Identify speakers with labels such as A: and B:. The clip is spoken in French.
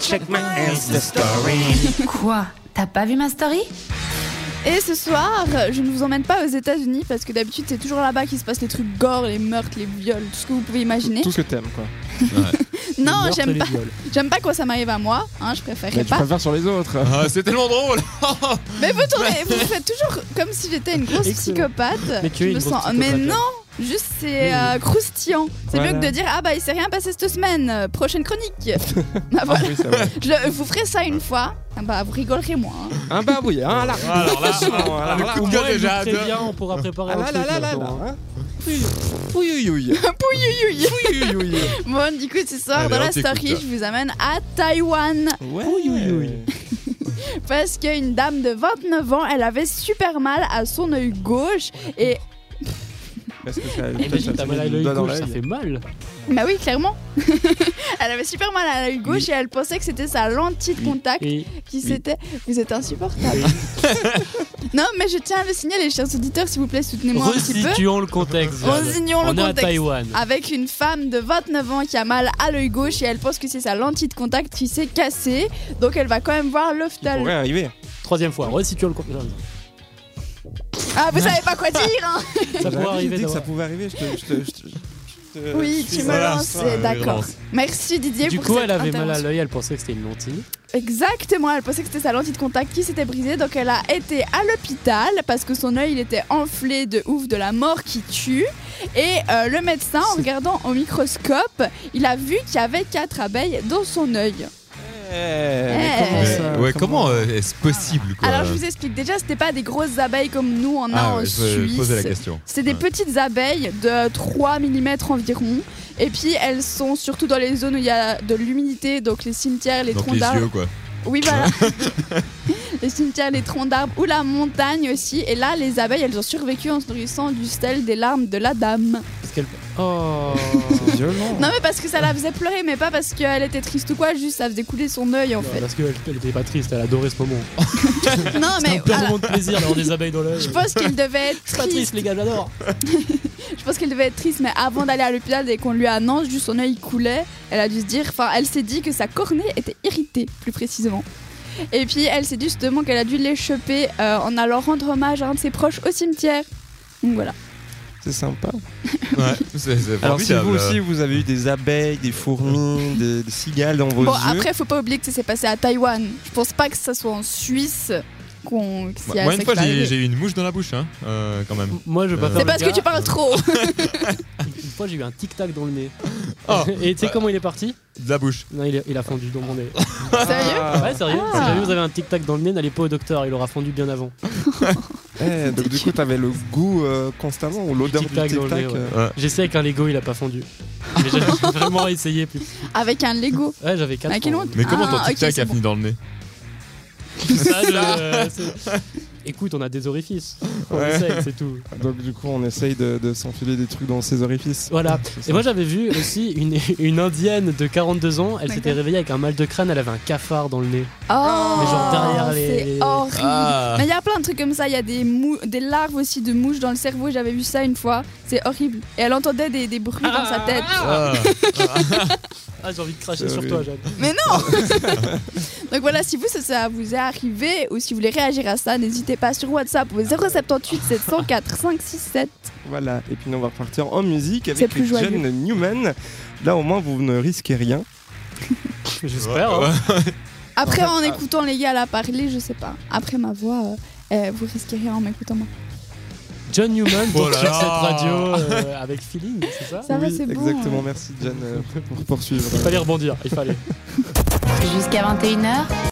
A: check my Insta story.
B: Quoi T'as pas vu ma story
C: Et ce soir, je ne vous emmène pas aux États-Unis parce que d'habitude, c'est toujours là-bas qu'il se passe les trucs gore, les meurtres, les viols, tout ce que vous pouvez imaginer.
D: Tout ce que t'aimes, quoi.
C: Non, j'aime
E: les
C: pas.
E: viols.
C: J'aime pas quand ça m'arrive à moi. Hein, je préférerais
D: Mais tu
C: pas.
D: préfères sur les autres.
A: Ah, c'est tellement drôle.
C: Mais vous tournez, vous faites toujours comme si j'étais une grosse
E: Excellent.
C: psychopathe.
E: Mais
C: Je
E: tu es une
C: me
E: grosse
C: sens- Mais
E: psychopathe.
C: non, juste c'est euh, croustillant. C'est mieux que
D: Voilà.
C: de dire ah bah il s'est rien passé cette semaine. euh, prochaine chronique. bah voilà.
D: Oui, ça va.
C: Je vous ferai ça une fois. Ah bah vous rigolerez moins. hein.
D: Un bah oui, hein, là.
A: Alors là,
D: Alors
A: le
D: là,
A: coup de
D: au
A: gueule
D: moins, il
A: déjà.
E: Très bien, on pourra préparer
D: Ah
E: un
D: là
E: truc
D: là là là
E: là-dedans, hein.
D: là. hein. Ouïe, ouïe, ouïe.
C: Pouiouiouiou.
D: Ouïe, ouïe,
C: Bon du coup ce soir
A: Allez,
C: dans
A: on
C: la
A: t'écoute.
C: story je vous amène à Taïwan
D: ouïe. Ouais.
E: Ouïe, ouïe, ouïe.
C: parce qu'une dame de 29 ans elle avait super mal à son œil gauche et
D: Parce que ça-
E: Eh ben,
D: ça-
E: t'as
D: ça
E: mal à
D: met le
E: l'œil
D: doigt dans
E: gauche, ça
D: l'œil.
E: fait mal.
C: bah oui clairement elle avait super mal à l'œil gauche et elle pensait que c'était sa lentille de contact
E: Et
C: qui s'était. Vous êtes insupportable. non, mais je tiens à le signaler, chers auditeurs, s'il vous plaît, soutenez-moi un petit peu.
E: resituons le contexte. Jade.
C: Resignons le
E: On est à
C: contexte. Ah.
E: Taïwan.
C: Avec une femme de 29 ans qui a mal à l'œil gauche et elle pense que c'est sa lentille de contact qui s'est cassée. Donc elle va quand même voir
D: Ça
C: l'ophtalmo.
D: pourrait arriver.
E: Troisième fois, resituons le contexte.
C: Ah, vous savez pas quoi dire, hein
E: Ça
D: J'avais
E: pourrait arriver.
D: dit que ça
E: d'avoir-
D: pouvait arriver. Je te. je te- je te- je te-
C: Oui,
D: je
C: tu
D: te-
C: me
A: Voilà,
C: lances,
A: ça,
C: d'accord.
A: relance.
C: Merci Didier
E: Du
C: pour
E: coup,
C: cette
E: elle avait mal à
C: intervention.
E: l'œil, elle pensait que c'était une lentille.
C: Exactement, elle pensait que c'était sa lentille de contact qui s'était brisée, donc elle a été à l'hôpital parce que son œil il était enflé de ouf de la mort qui tue. Et euh, le médecin, en regardant au microscope, il a vu qu'il y avait quatre abeilles dans son œil.
D: Eh, mais comment
C: Eh.
D: ça-
A: ouais, comment euh, est-ce possible quoi
C: Alors je vous explique déjà, c'était pas des grosses abeilles comme nous on a
A: Ah
C: en
A: ouais, je
C: Suisse.
A: posais la question.
C: C'est des
A: Ouais.
C: petites abeilles de 3 mm environ. Et puis elles sont surtout dans les zones où il y a de l'humidité, donc les cimetières, les
A: Donc
C: troncs
A: les
C: d'arbres.
A: yeux quoi.
C: Oui, voilà. les cimetières, les troncs d'arbres ou la montagne aussi. Et là, les abeilles, elles ont survécu en se nourrissant du sel des larmes de la dame.
E: Parce qu'elle. Oh
D: C'est violent.
C: Non, mais parce que ça la faisait pleurer, mais pas parce qu'elle était triste ou quoi, juste ça faisait couler son œil en
E: Non,
C: fait.
E: Parce qu'elle elle était pas triste, elle adorait ce moment.
C: Non, mais
E: Un plein
C: voilà.
E: moment de plaisir d'avoir des abeilles dans l'œil.
C: Je pense qu'elle devait être
E: C'est pas triste,
C: triste.
E: les gars, j'adore.
C: Je pense qu'elle devait être triste, mais avant d'aller à l'hôpital, dès qu'on lui annonce, juste son œil coulait. Elle a dû se dire, enfin, elle s'est dit que sa cornée était irritée, plus précisément. Et puis, elle s'est dit justement qu'elle a dû l'échapper euh, en allant rendre hommage à un de ses proches au cimetière. Donc voilà.
D: C'est sympa.
A: Ouais, c'est c'est
E: Ah,
D: Alors si vous
A: formidable.
D: aussi vous avez eu des abeilles, des fourmis, des, des cigales dans vos
C: Bon,
D: yeux.
C: après, faut pas oublier que ça s'est passé à Taïwan. Je pense pas que ça soit en Suisse qu'on. que s'il y
A: Bah,
C: a
A: Moi,
C: ça
A: une
C: qui
A: fois,
C: va
A: j'ai
C: arriver.
A: j'ai eu une mouche dans la bouche, hein, euh, quand même.
E: Moi, je veux pas
A: C'est
E: faire
C: C'est
E: le
C: parce que
E: gars.
C: tu parles trop.
E: Une fois, j'ai eu un tic-tac dans le nez.
A: Oh.
E: Et tu sais comment il est parti
A: De la bouche.
E: Non, il, est- il a fondu dans mon nez.
D: Ah.
C: Sérieux
E: Ouais, sérieux Si jamais vous avez un tic-tac dans le nez, n'allez pas au docteur, il aura fondu bien avant.
D: Eh, donc du coup t'avais le goût euh, constamment ou l'odeur du
E: Tic-tac
D: tic-tac.
E: dans le nez, ouais.
D: euh,
E: J'essaie avec un Lego, il a pas fondu. Mais j'ai j'ai vraiment essayé. Puis...
C: Avec un Lego.
E: Ouais, j'avais 4
C: À quelle honte
A: Mais comment
C: Ah,
A: ton
C: ok,
A: tic-tac
C: c'est
A: a
C: bon.
A: fini dans le nez
E: Ça, Ah, je- c'est- Écoute, on a des orifices. On
D: Ouais.
E: essaye, c'est tout.
D: Donc du coup on essaye de, de s'enfiler des trucs dans ses orifices.
E: Voilà.
D: C'est ça.
E: Et moi j'avais vu aussi une, une indienne de 42 ans, elle s'était
C: D'accord.
E: réveillée avec un mal de crâne, elle avait un cafard dans le nez.
C: Oh,
E: Mais genre derrière les-
C: C'est
E: les-
C: horrible.
A: Ah
C: Mais il y a plein de trucs comme ça. Il y a des, mou- des larves aussi de mouches dans le cerveau. J'avais vu ça une fois. C'est horrible. Et elle entendait des, des bruits dans sa tête.
A: Ah.
E: Ah j'ai envie de cracher
D: C'est
E: sur
D: horrible.
E: toi, Jeanne.
C: Mais non Donc voilà, si vous, ça, ça vous est arrivé ou si vous voulez réagir à ça, n'hésitez pas sur WhatsApp au 078 704 567.
D: Voilà. Et puis nous on va repartir en musique
C: C'est
D: avec
C: plus
D: les
C: joyeux.
D: jeunes Newman. Là au moins vous ne risquez rien.
E: J'espère.
A: Ouais,
E: hein.
C: Après, en écoutant les gars la parler, je sais pas. Après ma voix, euh, euh, vous risquez rien en m'écoutant moi.
E: John Newman
A: Oh
E: donc,
A: là
E: sur cette
A: là.
E: radio euh, avec feeling, c'est ça
C: Ça va,
D: Oui,
C: c'est bon. hein.
D: Exactement. Merci John euh, pour poursuivre.
E: Il fallait rebondir, il fallait.
B: Jusqu'à 21h,